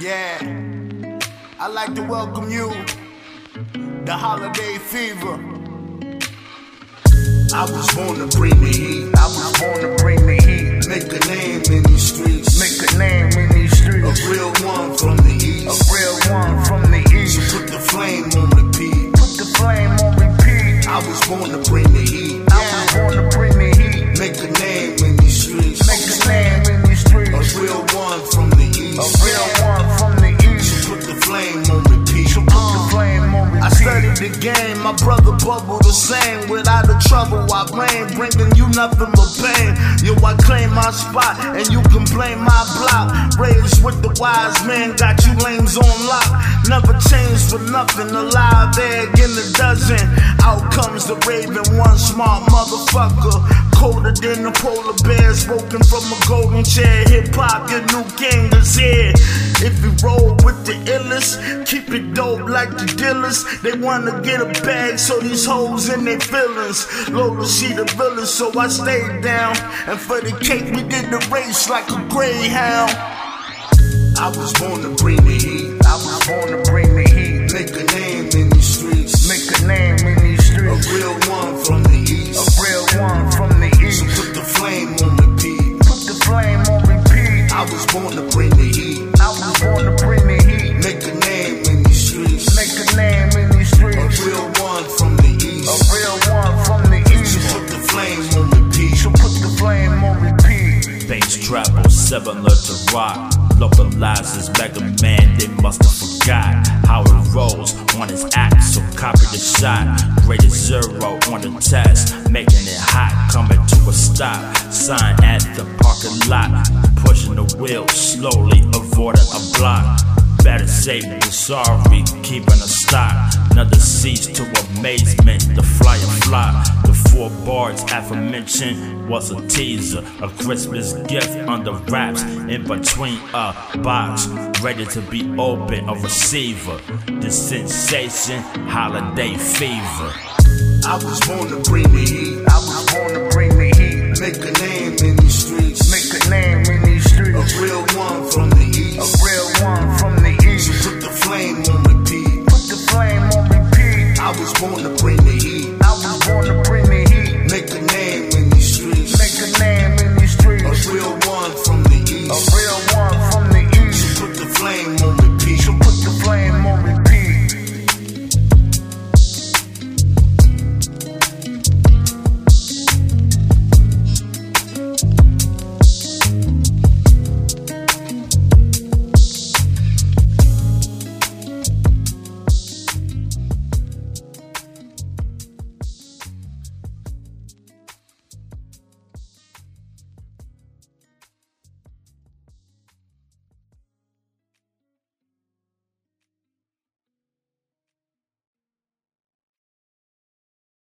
Yeah. I'd like to welcome you. The holiday fever. I was born to bring the heat. I was born to bring the heat. Make a name in these streets. Make a name in these streets. A real one from the east. A real one from the east. So put the flame on repeat. Put the flame on repeat. I was born to bring the heat. I was born to bring the heat. Make a name in these streets. Make a name in these streets. A real one from the east. A real one from the east. So put the flame on repeat. So put the flame on repeat. I studied the game. My brother bubble the same. Without the trouble I blame, bringing you nothing but pain. Yo, I claim my spot and you can blame my block. Raised with the wise man, got you lames on lock. Never changed for nothing. A live egg in the dozen. Out comes the raven, one smart motherfucker. Colder than the polar bear, spoken from a golden chair. Hip hop, your new king is here. If you roll with the illest, keep it dope like the dealers. They wanna get a bag, so these hoes in their feelings. Lola, she the villain, so I stayed down. And for the cake, we did the race like a greyhound. I was born to bring the heat. I was born to bring the heat. Make a name in these streets. Make a name in these streets. A real one from the east. A real one from the east. So put the flame on repeat. Put the flame on repeat. I was born to bring the heat. I was born to bring the heat. Make a name in these streets. Make a name in these streets. A real one from the east. A real one from the east. So put the flame on repeat. So put the flame on repeat. Bass travel, similar to rock. Localizes Mega Man, they must have forgot how it rolls on his axe. So copy the shot. Graded zero on the test, making it hot, coming to a stop. Sign at the parking lot, pushing the wheel slowly, avoiding a block. Better safe than sorry, keeping a stock. Another cease to amazement, the flyer fly. The four bars aforementioned was a teaser, a Christmas gift under wraps, in between a box, ready to be open, a receiver. The sensation, holiday fever. I was born to bring the heat. I was born to